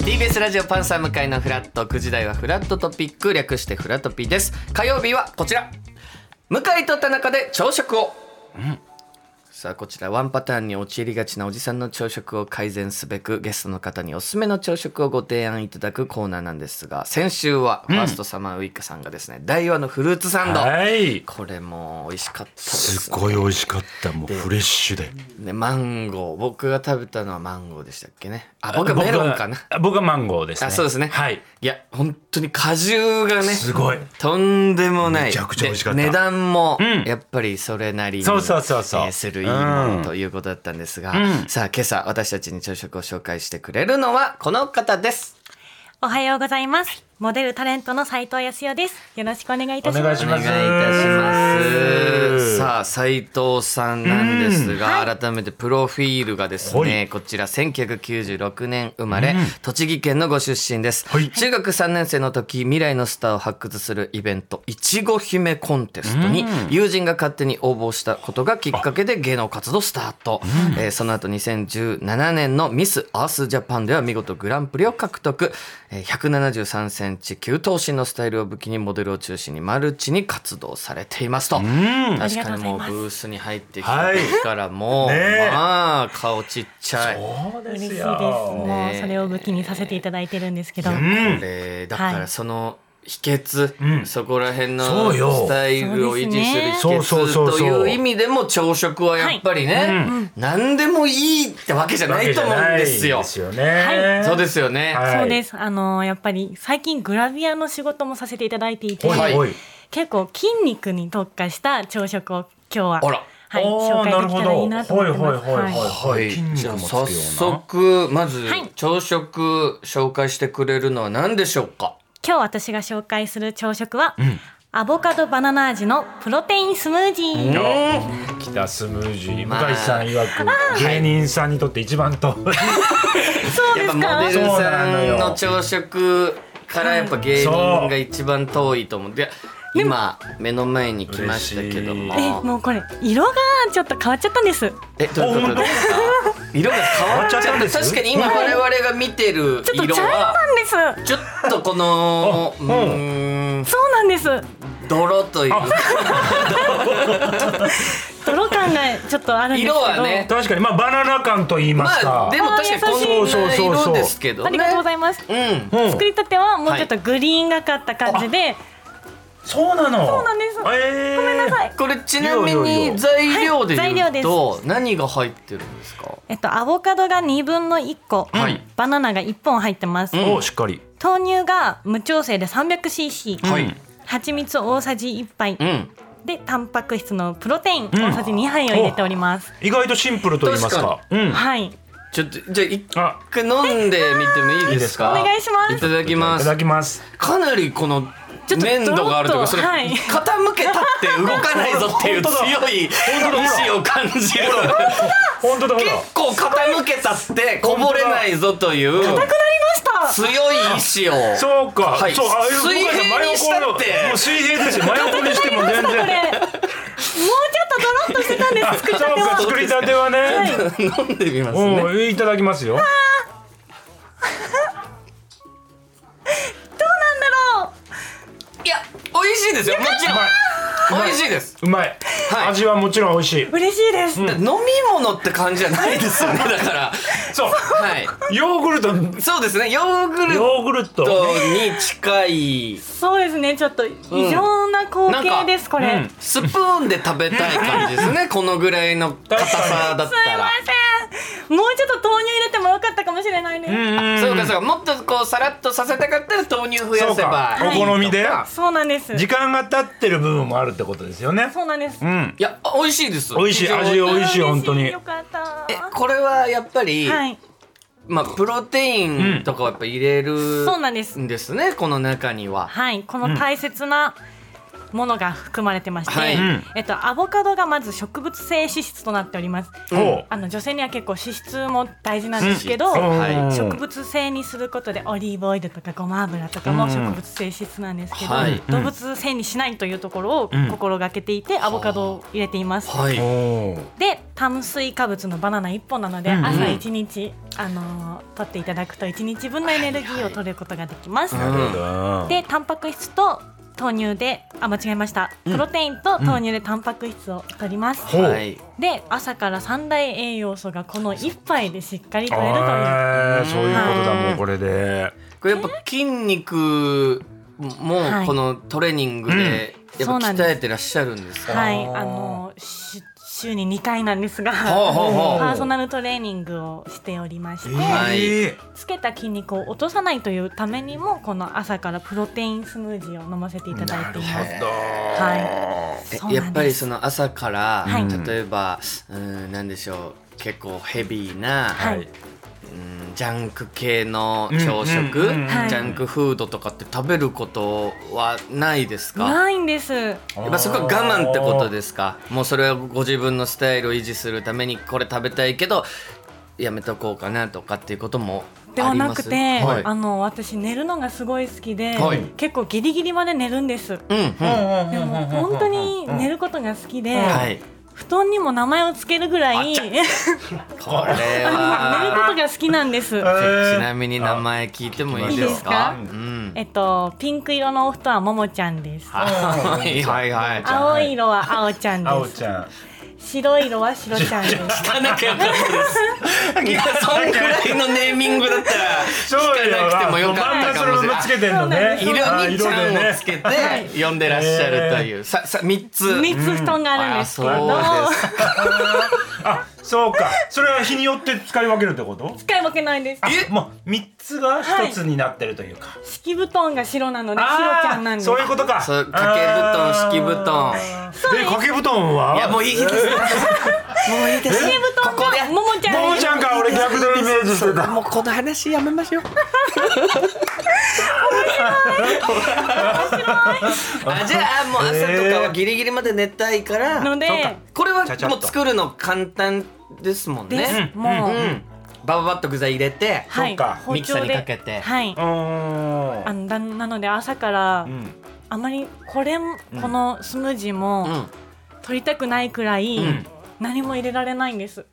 TBS ラジオパンサー向かいのフラット9時台はフラットトピック略してフラトピです火曜日はこちら向井と田中で朝食を、さあこちらワンパターンに陥りがちなおじさんの朝食を改善すべくゲストの方におすすめの朝食をご提案いただくコーナーなんですが先週はファーストサマーウイカさんがですね、大和のフルーツサンド、はい。これも美味しかったですねすごい美味しかった。もうフレッシュで。ね、マンゴー僕が食べたのはマンゴーでしたっけねあ僕はメロンかな僕は僕はマンゴーですね。あそうですねはい。いや本当に果汁がねすごい。とんでもないめちゃくちゃ美味しかったで値段もうんやっぱりそれなりに、そうそうそうそうえーするいいもうのんということだったんですが、うんさあ今朝私たちに朝食を紹介してくれるのはこの方ですおはようございます。モデルタレントの斉藤康代です。よろしくお願いいたしお願まいす。おしま願すいいたします。うんさあ斉藤さんなんですが、改めてプロフィールがですはねいこちら1996年生まれ、栃木県のご出身です、はい中学3年生の時未来のスターを発掘するイベントいちご姫コンテストに友人が勝手に応募したことがきっかけで芸能活動スタート、えーその後2017年のミス・アース・ジャパンでは見事グランプリを獲得1 7 3センチ急頭身のスタイルを武器にモデルを中心にマルチに活動されていますと、あ確りがとかうごにざもいうブますースに入ってきた時からもう、はいねえまあ顔ちっちゃい。そうで嬉しいすです。よ。もうそれを武器にさせていただいてるんですけど。うんこれだかはらいその秘訣、うんそこら辺のそうよスタイルを維持する秘そうですね訣という意味でも朝食はやっぱりね、何でもいいってわけじゃないと思うんですよ。わけじゃないですよね。そうですよね。はいそうです。あのやっぱり最近グラビアの仕事もさせていただいていて、おいおい。結構筋肉に特化した朝食を今日はあらはいおー紹介できたらいいなと思ってます。なるほどはいはいはいははいい、筋じゃあ肉もつくよう早な速まずはい朝食紹介してくれるのは何でしょうか、今日私が紹介する朝食は、アボカドバナナ味のプロテインスムージー。うん北スムージーまあ向井さん曰く芸人さんにとって一番とそうやでっぱすモか。デルそうさなのんよの朝食からやっぱ芸人が一番遠いと思う。で今目の前に来ましたけども。えもうこれ色がちょっと変わっちゃったんですえどういうことですか色が変わっちゃったんです確かに今我々が見てるちょっと色茶色はなんでちすょっとこのうあうんーんそうなんです泥という泥感がちょっとあるんですけ色どはね確かにまあバナナ感と言いますか、まあでも確かにこんそうなそうそうそ色うですけどありがとうござねいます、うんうん作りたてはもうちょっとグリーンがかった感じで、そうなのそうなんですえー、ごめんなさいこれちなみいやいやいにや材料ではい材言料うでと何が入ってるんですかえっと、アボカドが2分の1個、はいバナナが1本入ってます、うんおしっかり豆乳が無調整で 300cc、はい蜂蜜大さじ1杯、うんでタンパク質のプロテインん大さじ2杯を入れております、意外とシンプルと言いますか確うんはいちょっとじゃあ一あ回飲んでみてもいいですかいいですかお願いしますいただきまいすただきますかなりこのちょっと粘度があるというかそれドロッ傾とけたって動かないぞっていう本当だ強い意志を感じる本当だほら結構傾けたってこぼれないぞというました強い意志をそうか、はいそうあ水平にしたって真横のもう水平ですよ真横にしても全 これもう然ちょっとドロッとしてたんです作りたて そうかは作りたてはね、飲んでみますねうんいただきますよどうなんだろいや美味しいですよもちうまいろん美味しいですうまい、はい味はもちろん美味しいう嬉しいです、飲み物って感じじゃないですよねだから そうはいヨーグルトそうですねヨーグルヨーグルトトに近いそうですねちょっと異常な光景です、これ、うんスプーンで食べたい感じですねこのぐらいの硬さだっすいたらませんもうちょっと豆乳入れてもよかったかもしれないです、うんそうかそうかもっとこうさらっとさせたかったら豆乳増そやうせばかお好みでそうなんです時間が経ってる部分もあるってことですよねそうなんです、うんいや美味しいです美味しい非常に味美味しい本当によかったえこれはやっぱり、はいまあプロテインとかをやっぱ入れる、んそうなんですねこの中にははいこの大切なものが含まれてまして、はいうんえっとアボカドがまず植物性脂質となっておりますほあの女性には結構脂質も大事なんですけど、ううんはいい植物性にすることでオリーブオイルとかごま油とかもうん植物性脂質なんですけど、はい動物性にしないというところをうん心がけていて、アボカドを入れています、はいおーで炭水化物のバナナ1本なので、うんうん朝1日、あのー取っていただくと1日分のエネルギーを取ることができます、はいうんでタンパク質と豆乳であ間違えましたプロテインと豆乳でタンパク質を取ります、ほうはい、で朝から三大栄養素がこの1杯でしっかり取れるというあーそういうことだはいもうこれでこれやっぱ筋肉はもいこのトレーニングでやっぱそうなんです鍛えてらっしゃるんですか、はいあーあのーし週に2回なんですがほうほうほう パーソナルトレーニングをしておりまして、はいえーつけた筋肉を落とさないというためにもこの朝からプロテインスムージーを飲ませていただいています。はいえそうなんですやっぱりその朝から、はい例えばうんなんでしょう結構ヘビーな、はいはいうんジャンク系の朝食、うんうんうんうんはいジャンクフードとかって食べることはないですか、ないんです。やっぱそこは我慢ってことですかもうそれはご自分のスタイルを維持するためにこれ食べたいけどやめとこうかなとかっていうこともではなくて、ありますあの私寝るのがすごい好きで、はい結構ギリギリまで寝るんです。うんうんはでも本当に寝ることが好きで、い布団にも名前をつけるぐら い寝るこれこ はとが好きなんです。えーちなみに名前聞いてもいいですあかいいうんえっとピンク色のお布団はももちゃんです。 はいはいはいあ青い色は青ちゃんあおでちす。ゃん白い色は白ちゃんです。聞かなきゃよかったですいやそんくらいのネーミングだったらそ聞うかなくてもよかったかもしれないそれもつけてんのね色にちゃんをつけて呼んでらっしゃるという、ささ三つ三つ布団があるんですけれど、あそうですあそうかそれは日によって使い分けるってこと使い分けないです。えもう三つが一つになってるというか敷布団が白なのであ白ーちゃんなんです。そういうことかそう掛け布団敷布団布団で掛け布団はいやもういいですもういいです敷布団ここではももちゃんもうですち。ゃんか俺逆のイメージしてたもうこの話やめましょう。あじゃあもう朝とかはギリギリまで寝たいから、のでそうかこれはちゃちゃっもとう作るの簡単ですもんでね。す。もうう、ん。バババッと具材入れて、はそういか包ミキサー丁にでかけてはい。あうのだなので朝からんあまりこれもこのスムージーもあ取りたくないくらいん何も入れられないんです。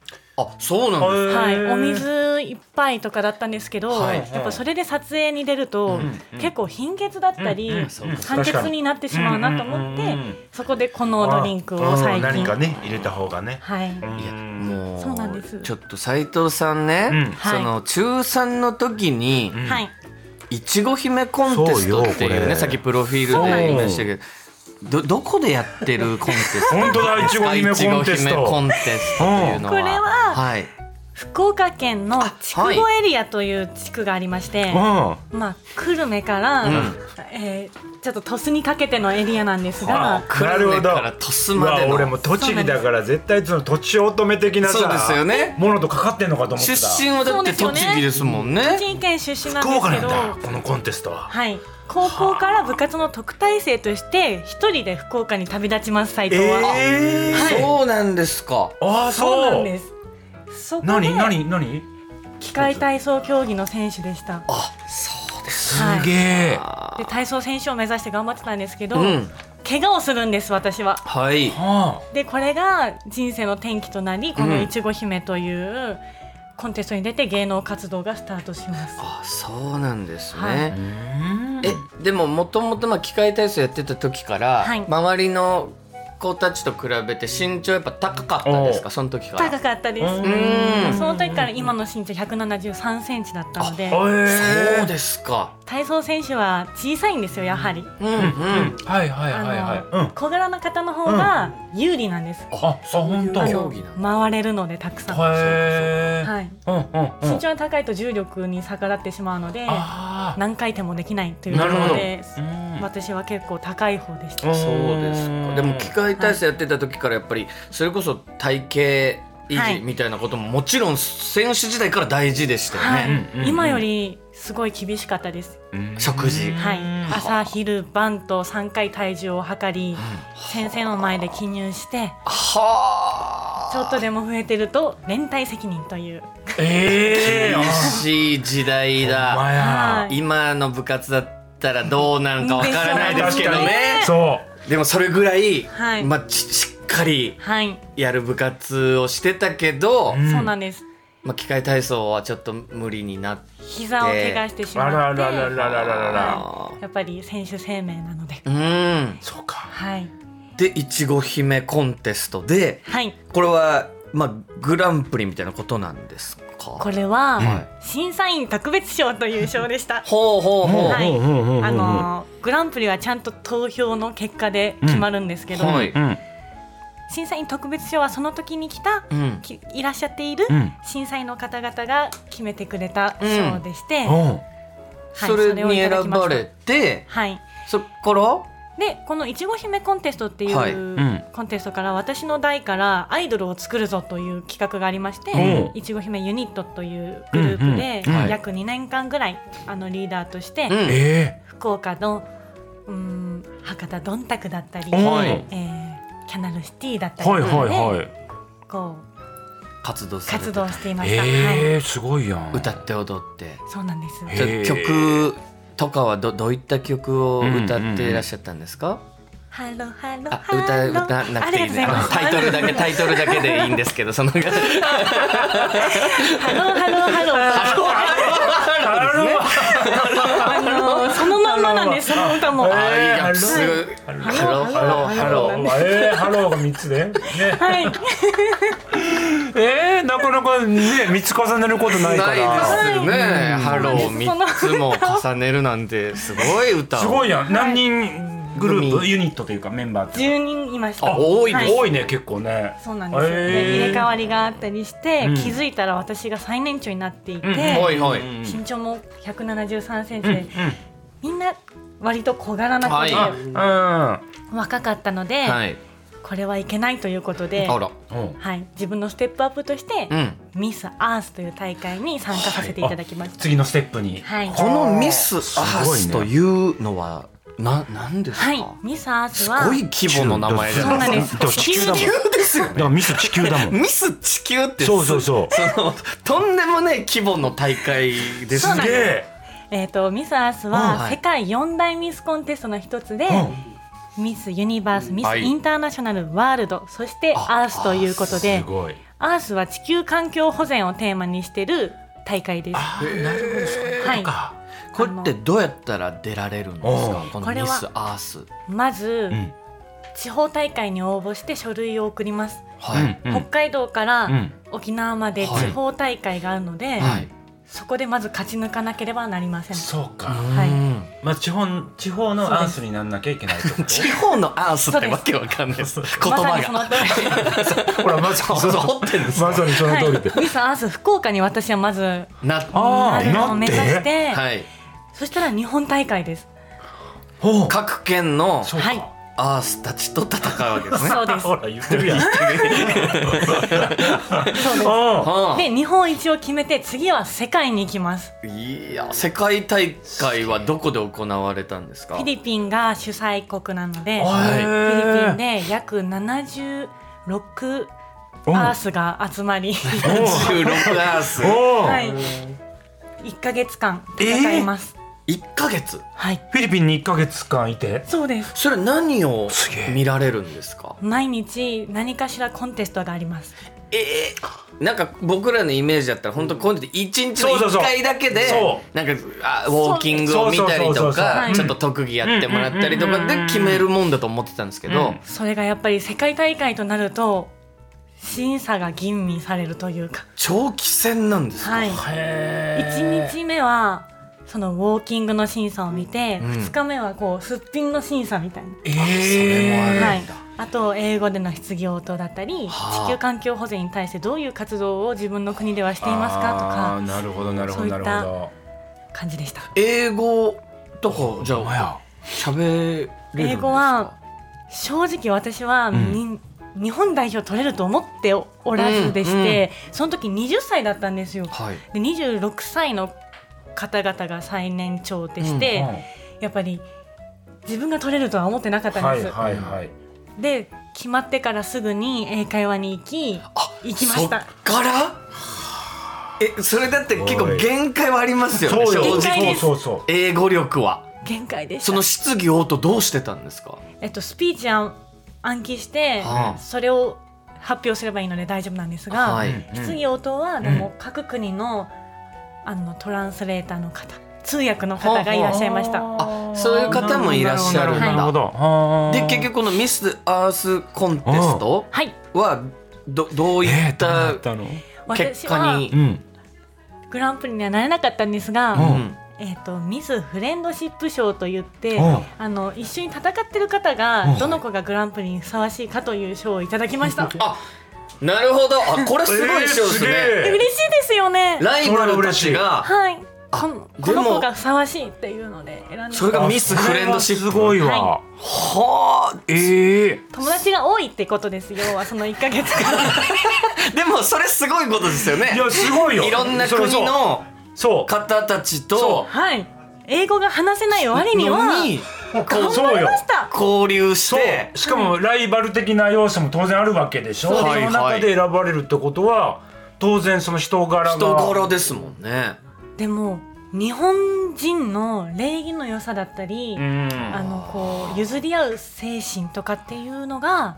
そうなんです。はい、へーお水一杯とかだったんですけど、はいやっぱそれで撮影に出ると、結構貧血だったり、うんうんそうか酸欠になってしまうなと思って、うんうんうんうんそこでこのドリンクを最うん何か近、ね入れた方がねはいい、やもうそうなんですちょっと斉藤さんね、うんその中3の時にんはい、いちご姫コンテストっていそううよこねれさっきプロフィールで言いましたけどどどこでやってるコンテスト本当だいちご姫コンテスいトちご姫コンテストというのはこれはい福岡県の筑後エリアという地区がありまして、うんまあ久留米から、んえーちょっと鳥栖にかけてのエリアなんですが、久留米から鳥栖までうわの俺も栃木だから絶対その土地乙女的なさそうですよねものとかかってんのかと思って出た身はだってそう栃ですよね木ですもんね栃木県出身なん福岡ですなけんど、だこのコンテストははい、高校から部活の特待生として一人で福岡に旅立ちます斉え藤は。えそうなんですかああそうなんそうです。そこで何何何機械体操競技の選手でした。あそうですすげえかで体操選手を目指して頑張ってたんですけど、うん怪我をするんです私は。はいはでこれが人生の転機となりこのいちご姫というコンテストに出て芸能活動がスタートします。あそうなんですね、はいあうんえでももともとまあ機械体操やってた時から、はい周りの子たちと比べて身長やっぱ高かったですかその時から高かったでうす。んその時から今の身長173センチだったのでそうえですか体操選手は小さいんですよやはり。うんうん、ーはいはいはいはいあうのん小柄な方の方が有利なんです。ああ本当あへ競の技なん回れるのでたくさん。えはい、うんうんうん身長が高いと重力に逆らってしまうのであ何回転もできないというなこるほどとであうん私は結構高い方でした。そうですかでも機械体操やってた時からやっぱりそれこそ体型は維い持みたいなことももちろん選手時代から大事でしたよね、はい、うんうんうん今よりすごい厳しかったです。食事はい、朝昼晩と3回体重を測り、先生の前で記入して、はあちょっとでも増えてると連帯責任という。ええ厳しい 時代だはい今の部活だったらどうなんかわからないですけどでしょうねねそうでもそれぐらい、はいまあ、ししっかりはい、やる部活をしてたけど、うんそうなんです。まあ、機械体操はちょっと無理になって膝を怪我してしまあって、らららららららら。あやっぱり選手生命なので、ーうんそうか。はい、でいちご姫コンテストではい、これは、まあ、グランプリみたいなことなんですかこれは、はい審査員特別賞という賞でした。ほうほうほう、はいうんうんうんうんあのーグランプリはちゃんと投票の結果で決まるんですけど、はいうん審査員特別賞はその時に来た、うんきいらっしゃっているうん審査員の方々が決めてくれた賞でして、はい、おうそれにいただ選きましばたれてはい。そっからでこのいちご姫コンテストっていう、はいんコンテストから私の代からアイドルを作るぞという企画がありまして、うんいちご姫ユニットというグループで、うんうんはい約2年間ぐらいあのリーダーとしうて、んえ福岡のうーん博多どんたくだったり、え。えんおうはいーキャナルシティだったりはいとはかいで、はい。こ活動うされて活た動していました、えはい、え、すごいやん。歌って踊ってそうなんですへえじゃーあ曲とかはどどういった曲を歌っていらっしゃったんですか、ハロハロあハロ歌歌わなくていいありねがとうございますタイトルだけタイトルだけでいいんですけど そのハロハロハロハロあハロらあのそのまんまなんですその歌も。あいやハロすごいハロハロハハロロー、えー、ハローが三つで、ね、はい、えー、なかなかね、三つ重ねることないかないら。ですね、うんハローその三つも重ねるなんてすごい歌をすごいやん、何人グループ、組ユニットというか、メンバーって。 10人いました。あ多いねは多いね、結構ね。そうなんですよ、へーで入れ替わりがあったりして、うん気づいたら私が最年長になっていて、うんはいはいうん身長も173センチうん、うで、ん、みんな割と小柄な子で、はいあ若かったので、はいこれはいけないということで、あらうん、うん。はい、自分のステップアップとして、うんミス・アースという大会に参加させていただきました。次のステップに。はいこのミスアースすごといねいうのはななんですか、はい、ミス・アースすはごい規模の名前じゃそなうないんでですかだすから地球だもん。地球ですよだからミス地球だ もん。ミス地球ってそうそうそう。そのとんでもない規模の大会ですそねうなんすげですえ。えー、とミス・アースうんははい世界4大ミスコンテストの一つで、ミス・ユニバースミス・はいインターナショナル・ワールドそしてあアースということすでごい。アースは地球環境保全をテーマにしてる大会です。あー、なるほど、そういうことか。これってどうやったら出られるんですおかうこのこれミはスアースまず、うん地方大会に応募して書類を送ります、はい、うん北海道かうらん。沖縄まではい地方大会があるので、はい、そこでまず勝ち抜かなければなりませんそうか。はいうんまあ、地方地方のアースになんなきゃいけないって こと地方のアースってわけわかんないです言まさ葉にそのが通りほらまさそうそう掘ってんですよにそで、はい、ミス・アース福岡に私はまずなあなーるのをな目って指して、はいそしたら日本大会です。ほう各県のそうかはいアースたちと戦うわけですねそうです。ほら言ってるや んそうですあで日本一を決めて次は世界に行きますうんいや世界大会はどこで行われたんですかフィリピンが主催国なのであはいフィリピンへえで約76うんアースが集まり、 16アースおお はい、1か月間戦います、 1ヶ月はいフィリピンに一ヶ月間いてそうですそれ何をすげえ見られるんですか毎日何かしらコンテストがありますえー、なんか僕らのイメージだったら本当今度一日のそうそう一そう回だけでそなんかあウォーキングを見たりとそうそうそうそうそうはかいちょっと特技やってもらったりとかで決めるもんだと思ってたんですけど、うんそれがやっぱり世界大会となると審査が吟味されるというか長期戦なんですか、はいへ1日目はそのウォーキングの審査を見て、うん2日目はこうすっぴんの審査みたいな、えそれもあはるい、あと英語での質疑応答だったり、はあ地球環境保全に対してどういう活動を自分の国ではしていますかなるほどなるほどなるほどとか感じでした英語とかじゃあ喋れるんですか英語は正直私はに、日本代表取れると思っておらずでして、その時20歳だったんですよはいで26歳の方々が最年長でして、やっぱり自分が取れるとは思ってなかったんはでいす、はいはいで決まってからすぐに英会話に行き行きましたそっからえそれだって結お構い限界はありますよねそうよ正限界直そうですそうそう英語力は限界でしたその質疑応答どうしてたんですかえっと、スピーチアン暗記して、はあそれを発表すればいいので大丈夫なんですが、はい質疑応答はでも各国の,、あのトランスレーターの方通訳の方がいらっしゃいました。あそういう方もいらっしゃるんだなるほど。はあで結局このミス・アースコンテストはいはどどういえっーどうなたったの？結私果はに、うん。グランプリにはなれなかったんですが、ううんんえー、とミス・フレンドシップ賞といって、うんあの一緒に戦ってる方うがんどの子がグランプリにふさわしいかという賞をいただきました、あなるほどあこれすごい賞ですね、えー嬉しいですよねライバルたちがはいこあのこのでも子がふさわしいっていうので選んでそれがあミスフレンドシップそれはすごいわ。ははあええ友達が多いってことです要はその1か月間でもそれすごいことですよねいやすごいよ。いろんなそう国のそうそう方たちそとはい英語が話せない割にはのに頑そうそう張りよま。した交流しそうてしかもライバル的な要素も当然あるわけでしょ。そうそはいの中で選ばれるってことは当然その人柄が人柄ですもんねでも日本人の礼儀の良さだったり、うんあのこう譲り合う精神とかっていうのが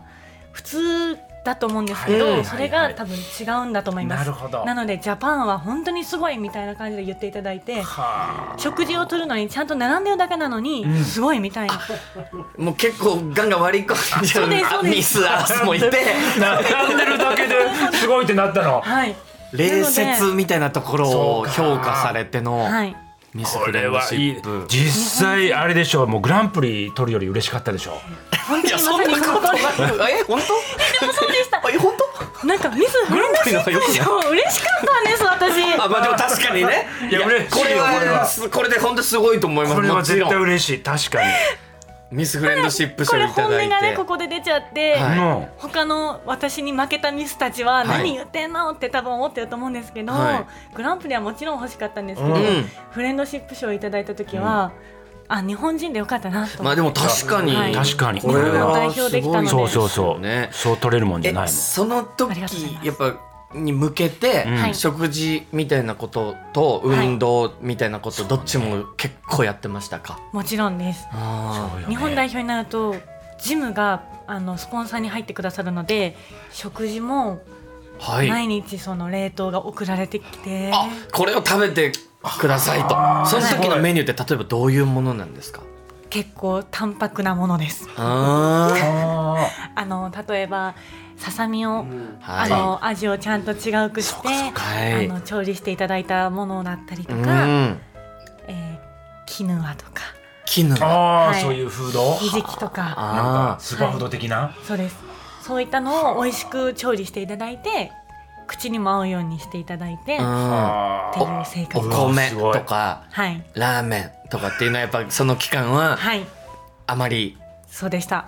普通だと思うんですけど、はいはいそれが多分違うんだと思います、なるほどなのでジャパンは本当にすごいみたいな感じで言っていただいてはあ食事を取るのにちゃんと並んでるだけなのに、んすごいみたいなもう結構ガンガン割り込んじゃそうですそううですミスアースもいて並んでるだけですごいってなったの。はい礼節みたいなところを評価されてのはいミスこフレれンドはシいッいプ実際あれでしょうもうグランプリ取るより嬉しかったでしょ本い当やにそまんさになそのこと通ないえ本りもそうでした当え本なんかミスフレンドシップ賞嬉しかったんです私当あまあでも確かにねいや嬉しいよこれこれははすこれで本当すごいと思いますこれはもち絶ろ対ん嬉しい確かにミスフレンドシップこ賞れいた本だ音がいねてここで出ちゃって、はいうん他の私に負けたミスたちははい何言ってんのって多分思ってると思うんですけど、はいグランプリはもちろん欲しかったんですけど、ううんフレンドシップ賞をいただいた時は、あ日本人でよかったなと思って、まあでも確かに、はい確かにこれは日本を代表できたのですごそいうそうそう、ねそう取れるもんじゃえないもんそのありがとうござい時ますやっぱに向けて、うんはい食事みたいなこととはい運動みたいなこと、どっちも結構やってましたか、もちろんです、あそうよね日本代表になるとジムがあのスポンサーに入ってくださるので食事もーはい毎日その冷凍が送られてきて、あこれを食べてくださいあーとその時のメニューって例えばどういうものなんですか結構淡白なものですあーああの例えばささみをはあいの味をちゃんと違うくしてはいあの調理していただいたものだったりとうか、んえーキヌアとか絹ーあー、あはいそういうフードひじきとかなんあかスーパーフード的な、そうですそういったのを美味しく調理していただいて口にも合うようにしていただいて、っーあてーいう生うんおう活わ米すごいとかはいラーメンとかっていうのはやっぱその期間ははいあまりそうでした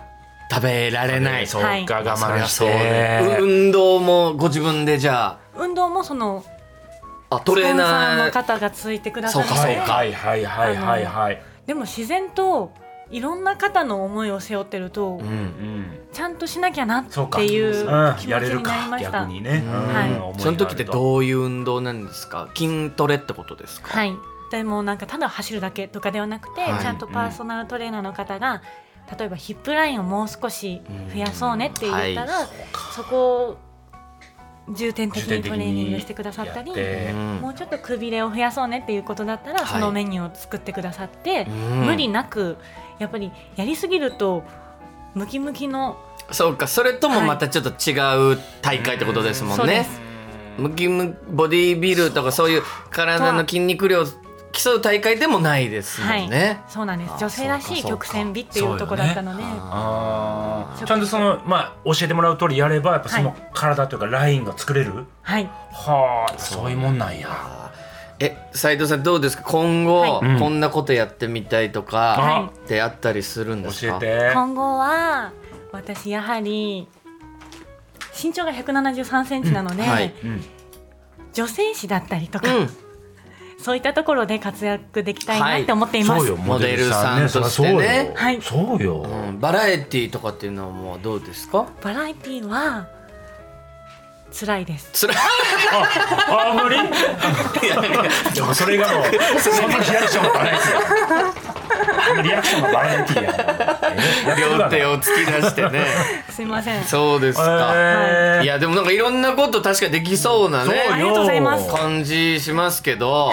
食べられないそうはいか我慢しそりゃそうだよてう運動もご自分でじゃ運動もそのああトレーナスポンサーーの方がついてくださっそうてかはいはいはいはいはい、でも自然といろんな方の思いを背負ってると、うんうんちゃんとしなきゃなっそうかていうう気ん持ちやれるになりかました、逆にね、うんはい思いがあるとその時ってどういう運動なんですか筋トレってことですかはい、でもなんかただ走るだけとかではなくて、はいちゃんとパーソナルトレーナーの方が、例えばヒップラインをもう少し増やそうねって言ったら、うんはいそこを重点的重点に的トレーニングしてくださったりやってうんもうちょっとくびれを増やそうねっていうことだったら、はいそのメニューを作ってくださって、うん無理なくやっぱりやりすぎるとムキムキのそうかそれともまたちょっと違う大会ってことですもそんうでねすムキムボディービルとかそういう体の筋肉量を競う大会でもないですもんね、そうなんですあ女性らしそういか曲線美っていそううかところだったので、ああーそうちゃんとそのまあ教えてもらう通りやればやっぱその体というかラインが作れる、はいはあそういうもんなんやーえ斉藤さんどうですか今後、はいこんなことやってみたいとはかいってあったりするんですか教えて今後は私やはり身長が1 7 3センチなので、うんはいうん女性誌だったりとか、うんそういったところで活躍できたいなって思っています、そうよモデルさんねモデルそりゃとしてねはいそうよそうよ、うんバラエティーとかっていうのはもうどうですかバラエティーは辛いです。辛いああ無理でもそれがもうそんなリアクションがバラエティやそんなリアクションがバラエティや両手をを突き出してねすいませ ん。そうですか、いやでもなんかいろんなこと確かできそうなねありがとうございます感じしますけ ど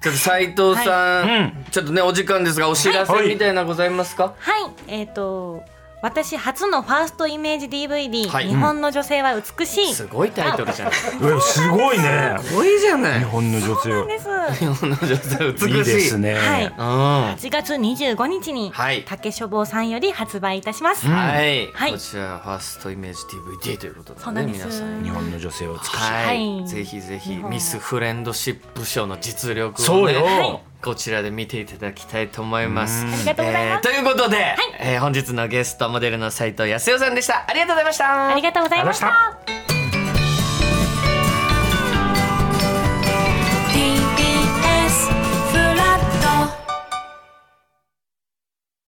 ちょっと斉藤さん、はいうんちょっとねお時間ですがお知らせはいみたいなございますか、はい、えっ、と私初のファーストイメージ DVD、はい日本の女性は美しい。すごいタイトルじゃないうんすごいねすごいじゃな日 い本の女性です。日本の女性美しいいいですねはい。うん、は8月25日に、はい竹書房さんより発売いたします。んい、はいこちらはファーストイメージ DVD ということで,、ね、そうなんです皆さん日本の女性を美しいはい、はいぜひぜひ日本ミスフレンドシップ賞の実力そを、うねよはい、こちらで見ていただきたいと思います。うんありがとうございえーますということで、えー本日のゲストモデルの斉藤康代さんでした。ありがとうございました。ありがとうございましありがとうございましたた。